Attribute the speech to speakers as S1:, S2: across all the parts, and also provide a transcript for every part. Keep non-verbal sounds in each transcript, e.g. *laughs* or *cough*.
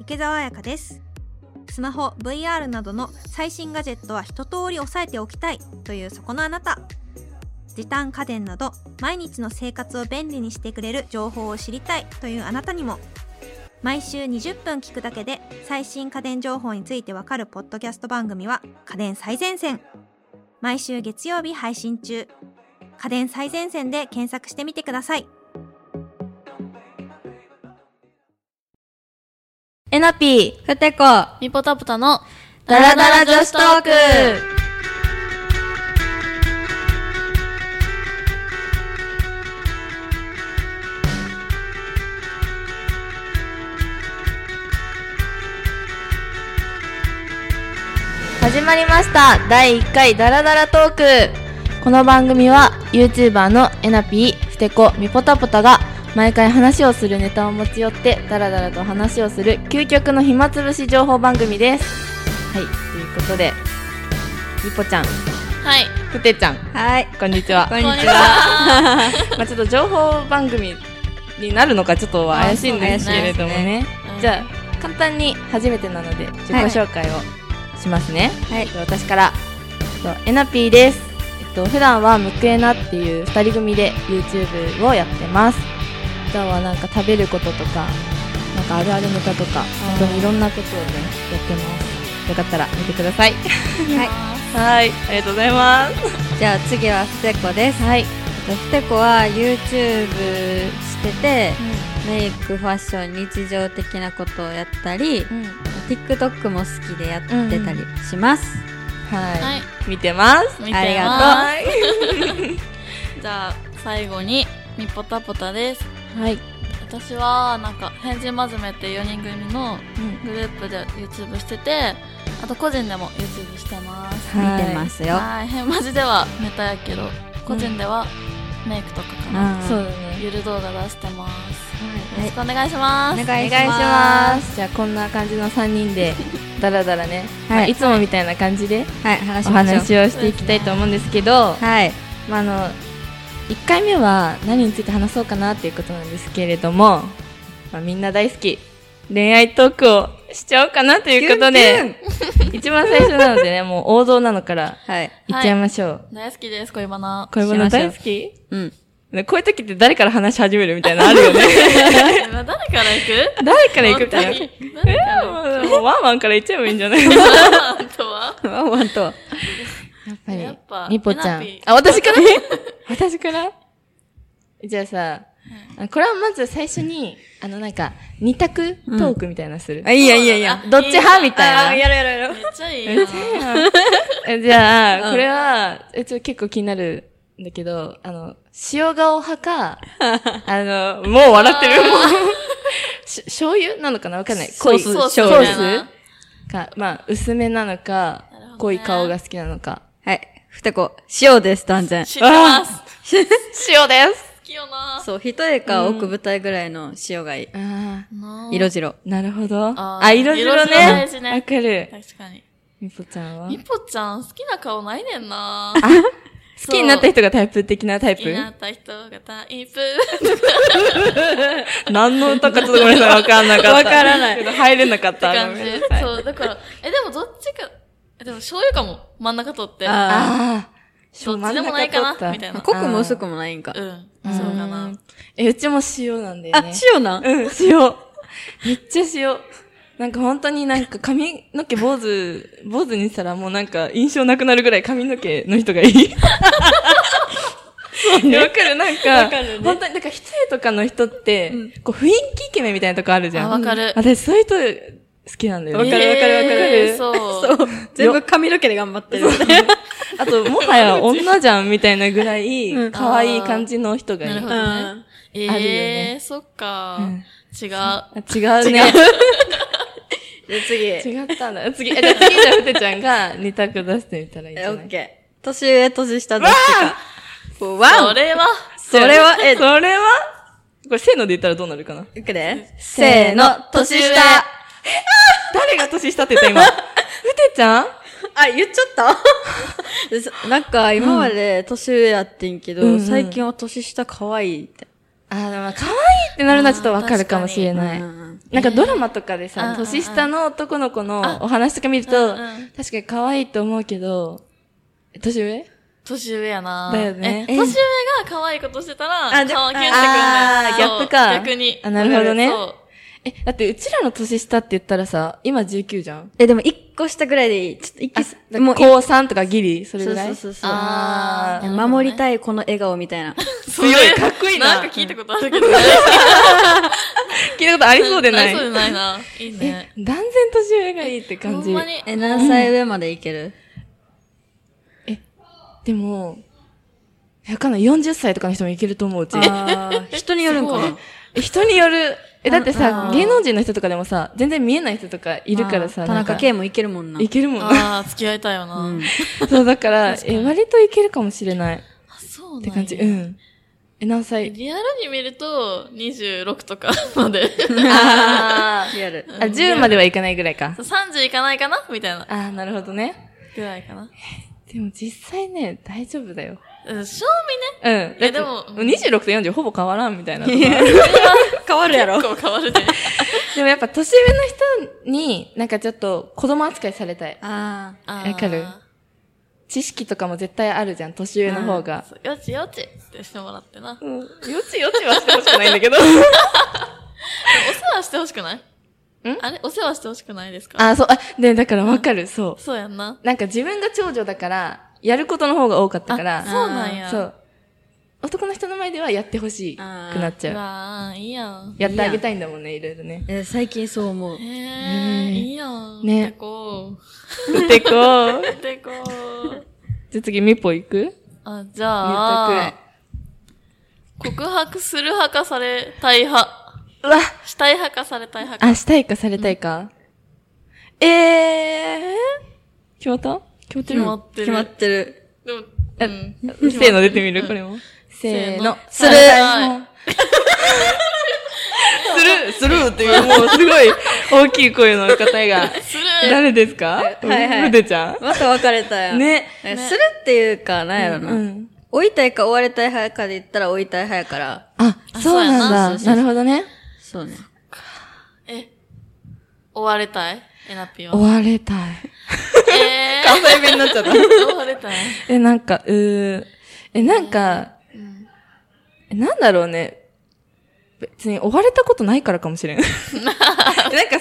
S1: 池澤彩香ですスマホ VR などの最新ガジェットは一通り押さえておきたいというそこのあなた時短家電など毎日の生活を便利にしてくれる情報を知りたいというあなたにも毎週20分聞くだけで最新家電情報についてわかるポッドキャスト番組は家電最前線毎週月曜日配信中家電最前線で検索してみてくださいえなぴーふてこ
S2: ミポタプタの
S1: ダラダラ女子トーク
S3: 始まりました第1回ダラダラトークこの番組は YouTuber のえなぴーふてこみぽたぽたが毎回話をするネタを持ち寄ってダラダラと話をする究極の暇つぶし情報番組ですはいということでみぽちゃん
S2: はい
S3: ふてちゃん
S1: はい
S3: こんにちは
S1: こんにち
S2: は
S3: まあちょっと情報番組になるのかちょっとは怪しいんですけれどもね
S2: うん
S3: じゃあ簡単に初めてなので自己紹介をしますね、
S1: はい
S3: で私からえっとえなぴーです、えっと、普段はむくえなっていう2人組で YouTube をやってます普段はなんか食べることとかなんかあるあるネタとか本当にいろんなことをねやってますよかったら見てください
S1: はい
S3: はいありがとうございます
S1: じゃあ次はふてこです
S3: はい
S1: ふてこは YouTube しててメイクファッション日常的なことをやったり TikTok も好きでやってたりします、
S3: はい、
S2: はい
S3: 見てます
S2: 見てます
S1: ありがとう
S2: じゃあ最後にミポタポタです
S3: はい
S2: 私はなんか変人まずめっていう4人組のグループで YouTube しててあと個人でも YouTube してます
S3: はい
S1: 見てますよ
S2: はい変マジではネタやけど個人ではメイクとかかな、
S3: そうだね
S2: ゆる動画出してます
S1: はい
S2: よろしくお願いします
S1: お願いし
S3: お願いしま
S1: ます
S3: じゃあこんな感じの3人でダラダラね、
S1: はい
S3: まあいつもみたいな感じで
S1: はい話
S3: お
S1: しましょう
S3: 話をしていきたいと思うんですけど
S1: はい
S3: まあ、あの1回目は何について話そうかなっていうことなんですけれども、まあ、みんな大好き恋愛トークをしちゃおうかなということで一番最初なのでねもう王道なのから
S1: はい
S3: いっちゃいましょう、
S2: 大好きです恋バナ
S3: こういうも
S1: し
S3: の
S1: ましょう
S3: 大好き
S1: うん
S3: ねこういう時って誰から話し始めるみたいなのあるよね
S2: *laughs* 誰
S3: *laughs*
S2: から行く
S3: 誰から行くみたい
S2: 本
S3: な
S2: 当に誰から行く
S3: えもうワンワンから言っちゃえばいいんじゃないやっ
S2: あとは
S1: ワンワンと
S3: ぱ
S2: やっぱ
S3: みぽちゃ
S2: えなんぴ。
S3: あ、私から私からじゃあさ、あこれはまず最初に、あのなんか、二択トークみたいなのする。
S1: あいいやいいやいや
S2: あ
S3: どっち派みたいな
S2: あ
S3: ろやろやろ
S2: めっちゃいいな。
S3: えじゃ
S1: う
S3: あ、
S1: ん
S3: これは、えちょっと結構気になるんだけど、あの、塩顔派か、あの、もう笑ってる、もう。 *laughs* し醤油なのかなわかんない。
S1: ソース
S3: 濃い
S1: ソース
S3: ソ
S1: みた
S3: ー
S1: いな
S3: スか、まあ、薄めなのか
S2: なるほどね、
S3: 濃い顔が好きなのか。
S1: はいふてこ塩です断然
S2: 知ってます。好
S3: 塩です
S2: きよ
S1: *laughs*
S2: な。
S1: そう一重か奥舞台ぐらいの塩がいい、
S3: あ
S2: なあ
S1: 色白
S3: あ、なるほど。
S2: あ
S3: あ
S2: ー
S3: 色白
S2: 色白大事
S3: ね。
S2: ね
S3: わかる。
S2: 確かに。
S3: みぽちゃんは
S2: みぽちゃん、好きな顔ないねんな。
S3: 好きになった人がタイプ的なタイ
S2: 好きにな
S3: プ
S2: った人がタイプ。
S3: 何の歌かちょっとごめんなさい。わかんなかった。
S1: わからない
S3: けど入れなかっ。
S2: ったて
S3: ご
S2: 感
S3: め
S2: じ
S3: んなさ。い
S2: そう、だから、え、でもどっちか、えでも醤油かも。真ん中取って。
S1: あ
S3: ああ。
S2: どっちでもないかなみたいな
S1: 濃くも薄くもないんか
S2: うん。
S3: う
S2: そうかな。
S3: ん。え、うちも塩なんだよ
S1: あ
S3: ね。
S1: 塩なん
S3: うん、塩。 *laughs* めっちゃ塩。なんか本当になんか髪の毛坊
S2: *laughs*
S3: 主、坊主にしたらもうなんか印象なくなるぐらい髪の毛の人がいい。そうね。わかるなんか、本当に、なんか一重とかの人って、こう雰囲気イケメンみたいなとこあるじゃん。
S2: あわかる
S3: 私そういう人好きなんだよね。
S1: わかるわかるわかる
S2: えーそう。
S1: そう。全部髪の毛で頑張ってる。
S3: あと、もはや女じゃんみたいなぐらい、可愛い感じの人がいい。
S2: なるほ
S1: う
S2: ど
S1: ん
S2: ね。
S3: あるよ
S2: ええ、
S3: ね
S2: そっか
S3: うん。
S2: 違う。
S3: あ違うね。
S1: で、 *laughs* 次。え
S3: 違ったんだ。次、えじゃあ次じゃあ、ふてちゃんが二択出してみたらいいんじゃ
S1: オ
S3: ない
S1: ッケー。年上、年下、どっちか。こうワ
S2: そ
S1: ン
S2: れは、
S1: それは、え、
S3: それはこれ、せーので言ったらどうなるかない
S1: くでせーの、年
S2: 年上
S1: 下。
S3: 誰が年下って言った今。ふてちゃん
S1: あ、言っちゃ *laughs* ったでそなんか、今まで年上やってんけ
S3: うんう
S1: ど、
S3: ん
S1: 最近は年下可愛いって。
S3: あー、でもまあ可愛いってなるのはちょっとわかるかもしれない。
S4: うんうん
S3: なんかドラマとかでさ、
S2: うん
S3: 年下の男の子
S2: あ
S3: のお話とか見ると、
S2: うんうん
S3: 確かに可愛いと思うけど、え年上
S2: 年上やな
S3: だよね
S2: え
S3: え
S2: 年上が可愛いことしてたら、
S3: あじゃ
S2: 顔キュンってくるんだ
S3: あ
S2: よ
S3: ーギャップか
S2: 逆に。
S3: あなるほどね
S2: そう
S3: え、だってうちらの年下って言ったらさ、今19じゃん
S4: え、でも一個下ぐらいでいい。ちょっと一
S3: あ
S4: 気す、
S3: も
S4: も
S3: う
S4: う一
S3: 高3とかギリそれぐらい
S4: そうそうそうそう
S2: あー
S4: 個。守りたいこの笑顔みたいな。
S2: 強
S3: 強いかっこいいな
S2: なんか聞いたことあるけど、ね。
S3: 聞いたことあり *laughs* そうでな
S2: あ
S3: い
S2: りそうでないな。いいね。
S3: 断然年上がいいって感
S2: ほ
S3: じ
S2: んまに。
S4: *laughs* え、何歳上までいける
S3: でもわかんない40歳とかの人もいけると思ううち
S4: あー人によるんか
S2: す
S4: な
S2: ご。
S3: え人によるえだって
S4: うん
S3: さ
S4: うん
S3: 芸能人の人とかでもさ全然見えない人とかいるから
S4: あ
S3: さ
S4: ー田
S3: なん
S4: 中
S3: か
S4: 圭もいけるもんな。
S3: いけるもんな
S2: ああ、付き合いたいよな。
S4: うん。
S3: *laughs* そうだからえ割といけるかもしれないっ
S2: あ、そうなん
S3: て
S2: や
S3: 感じうんえ何歳
S2: リアルに見ると、26とかまで。
S3: *laughs* あ
S4: リアル。
S3: あ10まではいかないぐらいか
S2: 30いかないかなみたいな。
S3: ああなるほどね
S2: ぐらいかな。
S3: でも実際ね大丈夫だよ
S2: うん、正
S3: うん
S2: いや
S3: で
S2: で
S3: も
S2: も
S3: 26と40ほぼ変わらんみたいなとこ
S4: 変わるやろ
S2: 味ね、。こう変わるね。
S3: でもやっぱ年上の人になんかちょっと子供扱いされたい。
S4: あ
S2: あ
S3: *laughs*
S2: ー
S3: わかる知識とかも絶対あるじゃん、年上の方が。
S2: そうよちよちってしてもらってな。
S3: うん。よちよちはしてほしくないんだ
S2: *laughs*
S3: けど。
S2: お世話してほしくないんあれお世話してほしくないですか
S3: あ、そう、あ、で、だからわかる、そ
S2: そうやんな。
S3: う。なんか自分が長女だから、やることの方が多かったから、
S2: あそうなんや。
S3: そう。男の人の前ではやってほしくなっち
S2: う
S3: ゃう。
S2: わー、いいやん。
S3: やってあげたいんだもんね、いろいろね。
S4: あ。え、最近そう思う
S2: へ。え、いいやん。
S3: ね
S2: てこ
S3: てこう。
S2: う。てこ
S3: *laughs*
S2: う。
S3: じゃあ次、みぽ行く
S2: あ、じゃあ、告白する派かされたい派。
S3: うわ
S2: したい派かされたい派か。
S3: あ、したいかされたいか、えー、決まった決まって
S2: 決
S3: る
S2: まってる。
S4: 決まってる。
S2: でも、
S3: え
S2: うん。
S3: せーの出てみるこれも。せーの。
S2: せーの
S3: するするっていう、もうすごい大きい声の方が。
S2: する
S3: 誰ですか
S4: はいはい
S3: ルテちゃ
S4: また別れたや
S3: ん。
S4: ん。
S3: ね。
S4: え。するっていうか、なんやろ
S3: う
S4: な。
S3: ん。
S4: 追いたいか追われたい派かで言ったら追いたい派やから。
S3: あ、そう
S2: そうや
S3: な
S2: なん
S3: だ。なるほどね。
S4: そうね。
S2: え、追われたいエナピは
S3: 追。われたい。
S2: えー、
S3: 西弁になっちゃった。
S2: 追われたい。
S3: え、なんか、うー、え、なんか、えなんだろうね。別に追われたことないからかもし
S2: *laughs*
S3: れん。えなんかそんなに追われる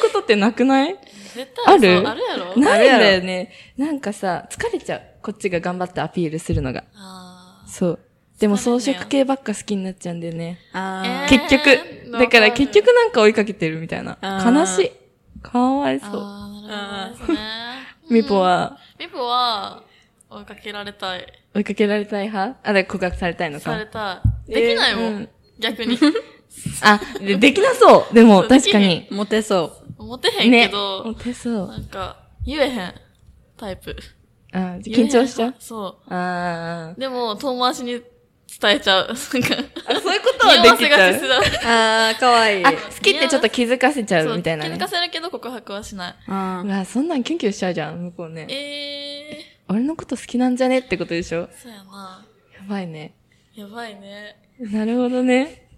S3: ことってなくない
S2: 絶対そう
S3: ある
S2: あるやろ
S3: ないんだよね。なんかさ、疲れちゃう。こっちが頑張ってアピールするのが。
S2: あ
S3: そう。でも
S2: そう
S3: 装
S2: なんだよ
S3: 飾系ばっか好きになっちゃうんだよね。
S4: あ
S2: えー
S3: 結局。だから
S2: わかる
S3: 結局なんか追いかけてるみたいな。
S4: あー
S3: 悲しい。かわい
S2: ー
S3: そ
S2: あー、なるほどですね。
S3: う。ミポは
S2: ミポは、追いかけられたい。
S3: 追いかけられたい派あ、だから告白されたいの
S2: され
S3: か。
S2: たい。できないもん。
S3: えーうん *laughs*
S2: 逆に。
S3: あ、でできなそう。でも
S2: そう
S3: 確か
S2: で
S3: に。
S4: モテそ
S2: モテへんけど、
S3: モテそう。
S2: なんか、言えへんタイプ。
S3: あー緊張しちゃ
S2: 言えへん
S3: う
S2: そ
S3: あ
S2: う。でも、遠回しに伝えちゃう。なん *laughs* か、
S3: あ。そういうこと
S2: 匂
S3: は
S2: わ
S3: で
S2: せ
S3: きちゃ
S2: がち
S3: う。
S2: だ。
S4: う。あー、かわいい。
S3: あ、好きってちょっと気づかせちゃ
S2: そうう、
S3: みたいな
S2: 気
S3: ね
S2: づ。かせるけど告白はしない。
S4: あ
S3: うわ、そんなんキュンキュンしちゃうじゃん、向こうね。
S2: え
S3: 俺のこと好きなんじゃねってことでしょ
S2: ー、そうやな。
S3: やばいね。
S2: やばいね。
S3: なるほどね。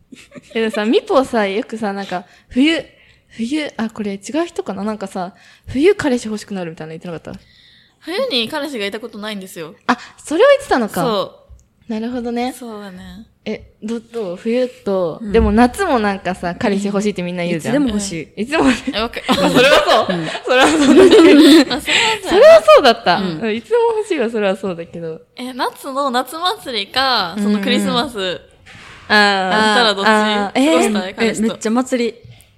S3: え、でもさ、ミポさ、よくさ、なんか、冬、冬、あ、これ違う人かななんかさ、冬彼氏欲しくなるみたいなの言ってなかっ
S2: 冬に彼氏がいたことないんですよ。
S3: たあ、それを言ってたのか。
S2: そ
S3: なるほど
S2: う。
S3: ね。
S2: そうだね。
S3: え、ど、どう冬と、でも夏もなんかさ、彼氏欲しいってみんな言う
S4: い
S3: じ
S4: つ
S3: ゃん。
S4: でも欲しい。
S3: いつでも欲しい。
S2: え、わか、
S3: あ *laughs* それはそう。それはそうだね。
S2: *laughs* あ、すい
S3: そ
S2: ませ
S3: れ
S2: ん。
S3: はそうだった。うんいつでも欲しいはそれはそうだけど。
S2: え、夏の夏祭りか、そのクリスマス。
S3: あ
S2: したらどっち
S3: あー
S2: どう
S4: え
S2: したい彼氏
S4: め
S2: と
S4: っ。ちゃ祭り。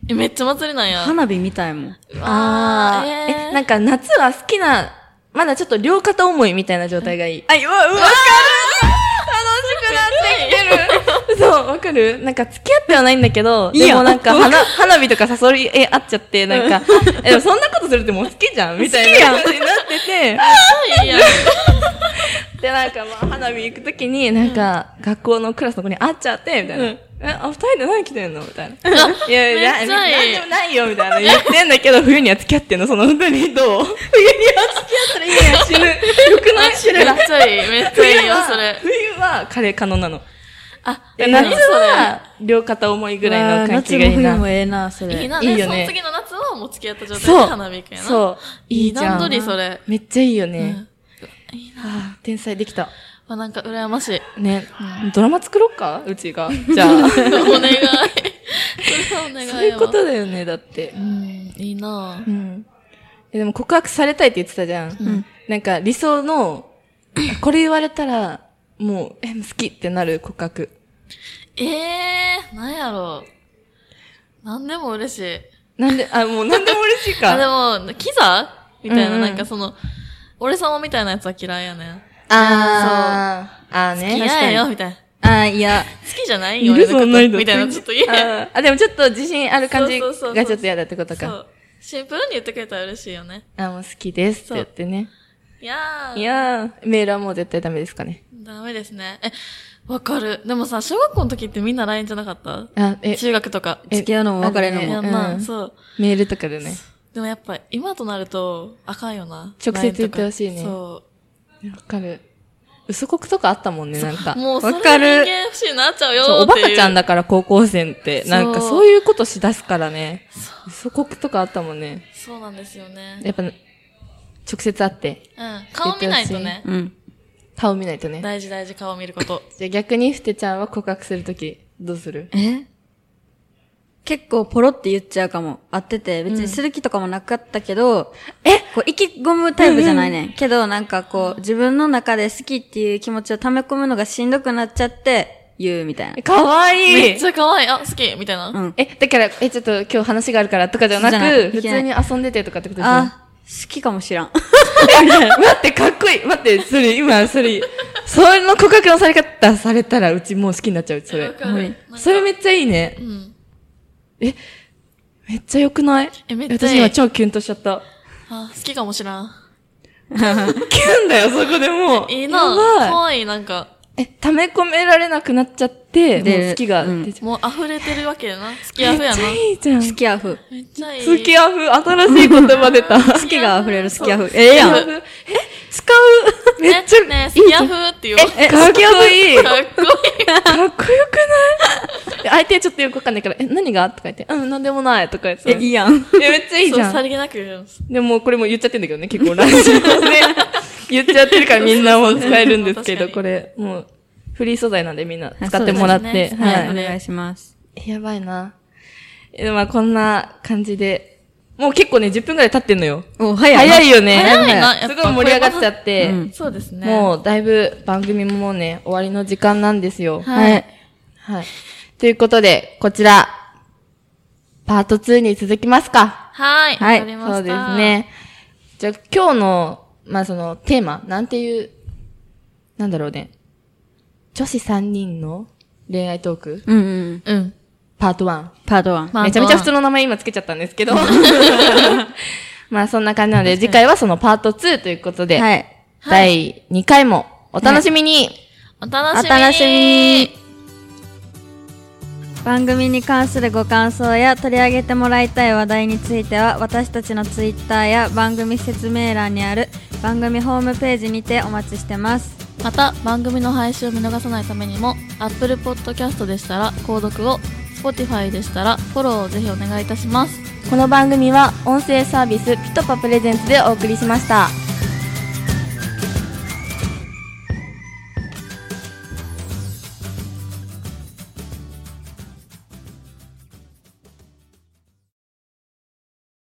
S2: え、めっちゃ祭りなんや。
S4: 花火みたいもん。
S3: ああ、
S2: えー
S3: え、なんか夏は好きな、まだちょっと両肩思いみたいな状態がいい。
S4: あ、うわ、うわ。
S3: そう、わかるなんか付き合ってはないんだけど、
S4: いい
S3: で
S4: やん
S3: もなんか花、花火とか誘いえ合っちゃって、なんか、え、でもそんなことするってもう好きじゃんみたいな感じになってて、
S2: いや、
S3: で、なんかまあ花火行くときに、なんか、学校のクラスの子に会っちゃって、みたいな。え、あ、二人で何着てんのみ
S2: *laughs*
S3: たいな。いやいや、
S2: めっ
S3: な
S2: ちゃ
S3: なん
S2: いい
S3: でもないよ、みたいな言ってんだけど、冬には付き合ってんのその二人どう冬には付き合ったらいいやん、死ぬ。よくない
S2: めっちゃいい。めっちゃいいよ、それ。
S3: 冬はカレー可能なの。
S2: あ、
S3: え夏は両肩重いぐらいの感じがいい
S4: 夏も冬も
S3: な。
S4: ええな、それ。
S2: いいな、
S3: いい
S2: で、
S3: よ
S2: そ
S3: ね
S2: の次の夏はもう付き合った状態
S3: そ
S2: で
S3: う
S2: 花火行くんやな。
S3: そう。い
S2: い
S3: い
S2: い
S3: じゃ
S2: 段取り、
S3: ん。
S2: それ。
S3: めっちゃいいよね。
S2: うん
S3: ああ、天才できた。
S2: まあなんか羨ましい。
S3: ね、ドラマ作ろうかうちが。じゃ
S2: *laughs*
S3: あ。
S2: お願い。それはお願い
S3: そ
S2: よ
S3: ういうことだよね、だって
S2: う。ん、いいな
S3: うん。えでも告白されたいって言ってたじゃん。
S2: ん
S3: なんか理想の、あこれ言われたら、もう、え、好きってなる告白。
S2: ええー、なんやろう。なんでも嬉しい。
S3: なんで、あ、もうなんでも嬉しいか。
S2: あ、でも、キザみたいな、
S3: うんうん
S2: なんかその、俺様みたいなやつは嫌いやねん。
S3: あー、あーね。
S2: 嫌やよ、みたいな。
S4: あー、いや、
S2: 好きじゃない
S3: い
S2: よ、
S3: る
S2: 俺の
S3: そ
S2: こ
S3: んな人
S2: と。みたいな、ちょっと嫌
S3: あ
S2: や。
S3: ーあ、でもちょっと自信ある感じ
S2: そうそうそうそう
S3: がちょっと嫌だってこと
S2: そ
S3: か。
S2: う。シンプルに言ってくれたら嬉しいよね。
S3: あ、もう好きですって言ってね。
S2: いやー。
S3: いやー、メールはもう絶対ダメですかね。
S2: ダメですね。え、わかる。でもさ、小学校の時ってみんな LINE じゃなかった
S3: あ、え、
S2: 中学とか。
S3: え
S4: 付き合うのも別れる
S3: え
S2: い
S4: の
S2: や
S4: も。
S2: な、
S3: うん
S2: そう。
S3: メールとかでね。
S2: でもやっぱ、今となると、あかんよな。
S3: 直接言ってほしい
S2: LINE
S3: ね
S2: とかそ
S3: わかる。嘘告とかあったもんね、なんか
S2: う。。もう、それ
S4: わか
S2: で
S4: る
S2: 人間不信になっちゃうよ
S3: そう、お
S2: っ
S3: バ
S2: ていう。
S3: カちゃんだから高校生って、
S2: そう
S3: なんかそういうことしだすからね。嘘告とかあったもんね。
S2: そうなんですよね。
S3: やっぱ、直接会って、
S2: うん。顔見ないとね。
S4: うん。
S3: 顔見ないとね。
S2: 大事大事顔見ること。
S3: じゃあ逆に、ふてちゃんは告白するとき、どうする
S4: え結構ポロって言っちゃうかも。会ってて、別にする気とかもなかったけど、えこう、意気込むタイプじゃないねん。けど、なんかこう、自分の中で好きっていう気持ちを溜め込むのがしんどくなっちゃって、言うみたいな。
S3: かわ
S2: め
S3: い
S2: っ
S3: い
S2: ちゃ可愛い。あ、好きみたいな。
S4: うん。
S3: え、だから、え、ちょっと今日話があるからとかじゃな
S4: じゃな
S3: く、
S4: い
S3: 普通に遊んでてとかってことですね。
S4: あ、好きかもしらん。
S3: 待って、かっこいい待って、それ、今、そ
S2: *laughs*
S3: れ、その告白のされ方されたら、うちもう好きになっちゃう、それ
S2: わ。かる。なんか
S3: それめっちゃいいね。
S2: うん。
S3: めっちゃ良くない
S2: えめっちゃい
S3: 私
S2: い
S3: 今超キュンとしちゃった。
S2: あ、好きかもしらん。
S3: キュンだよ、そこでもう。
S2: いいな。
S3: やば
S2: 可愛い、なんか。
S3: い。え、溜め込められなくなっちゃって、
S4: で
S3: もう好きが出ちゃう。
S2: もう溢れてるわけやな。好き
S3: め
S2: や
S3: っ
S2: ふやな
S3: ち。ゃいいじゃん。
S4: 好きアフ。
S2: めっちゃいい。
S3: 好きアフ、新しい言葉出た。
S4: 好きが溢れる好きアフ。ええやん。
S3: え、使う。め
S2: ね
S3: っちゃ、
S2: ね、
S3: い
S2: 好
S3: い
S2: き
S3: じゃ
S2: や
S3: ん。
S2: ふって言おう。
S3: え、かっこいい。
S2: かっこいい。
S3: かっこよくない *laughs* 相手ちょっとよくわかんないから、え、何がとか言って、うん、なんでもないとか言って。
S4: え、いいやん。
S3: えめっちゃいいじ
S2: そう、
S3: ゃ
S2: さ
S3: ん。
S2: りげなく言うんです。
S3: でも、これも言っちゃってんだけどね、結構ラ
S2: *laughs*
S3: ジオで。言っちゃってるからみんなもう使えるんですけど、
S2: 確か
S3: これ、もう、フリー素材なんでみんな
S4: あ
S3: 使ってもらっ
S2: そうで
S3: て。
S2: すね
S3: は
S4: はい、お
S3: い。
S4: 願いします。
S3: やばいな。え、まあこんな感じで。もう結構ね、10分くらい経ってんのよ。
S4: お、早いな。
S3: 早いよね。
S2: 早いな、やっぱ。
S3: すごい盛り上がっちゃ
S2: て。
S3: って。
S4: うん
S2: そうですね。
S3: もう、だいぶ番組ももうね、終わりの時間なんですよ。
S4: はい。
S3: はい。ということで、こちら、パート2に続きますか。
S2: はい。
S4: はい
S2: わかりました
S3: そうです。ね。じゃあ、今日の、まあ、その、テーマ、なんていう、なんだろうね。女子3人の恋愛トーク、
S4: うんうん。
S2: うん。
S3: パート1。
S4: パート1。
S2: まあ
S3: めちゃめちゃ普通の名前今つけちゃったんです
S4: *laughs*
S3: けど。まあ、そんな感じなので、次回はそのパート2ということで、
S4: はい。
S3: 第2回もお楽しみに、
S2: お楽しみに
S4: お楽しみに番組に関するご感想や取り上げてもらいたい話題については私たちのツイッターや番組説明欄にある番組ホームページにてお待ちしてます
S2: また番組の配信を見逃さないためにも Apple Podcast でしたら購読を Spotify でしたらフォローをぜひお願いいたします
S3: この番組は音声サービスピトパプレゼンツでお送りしました。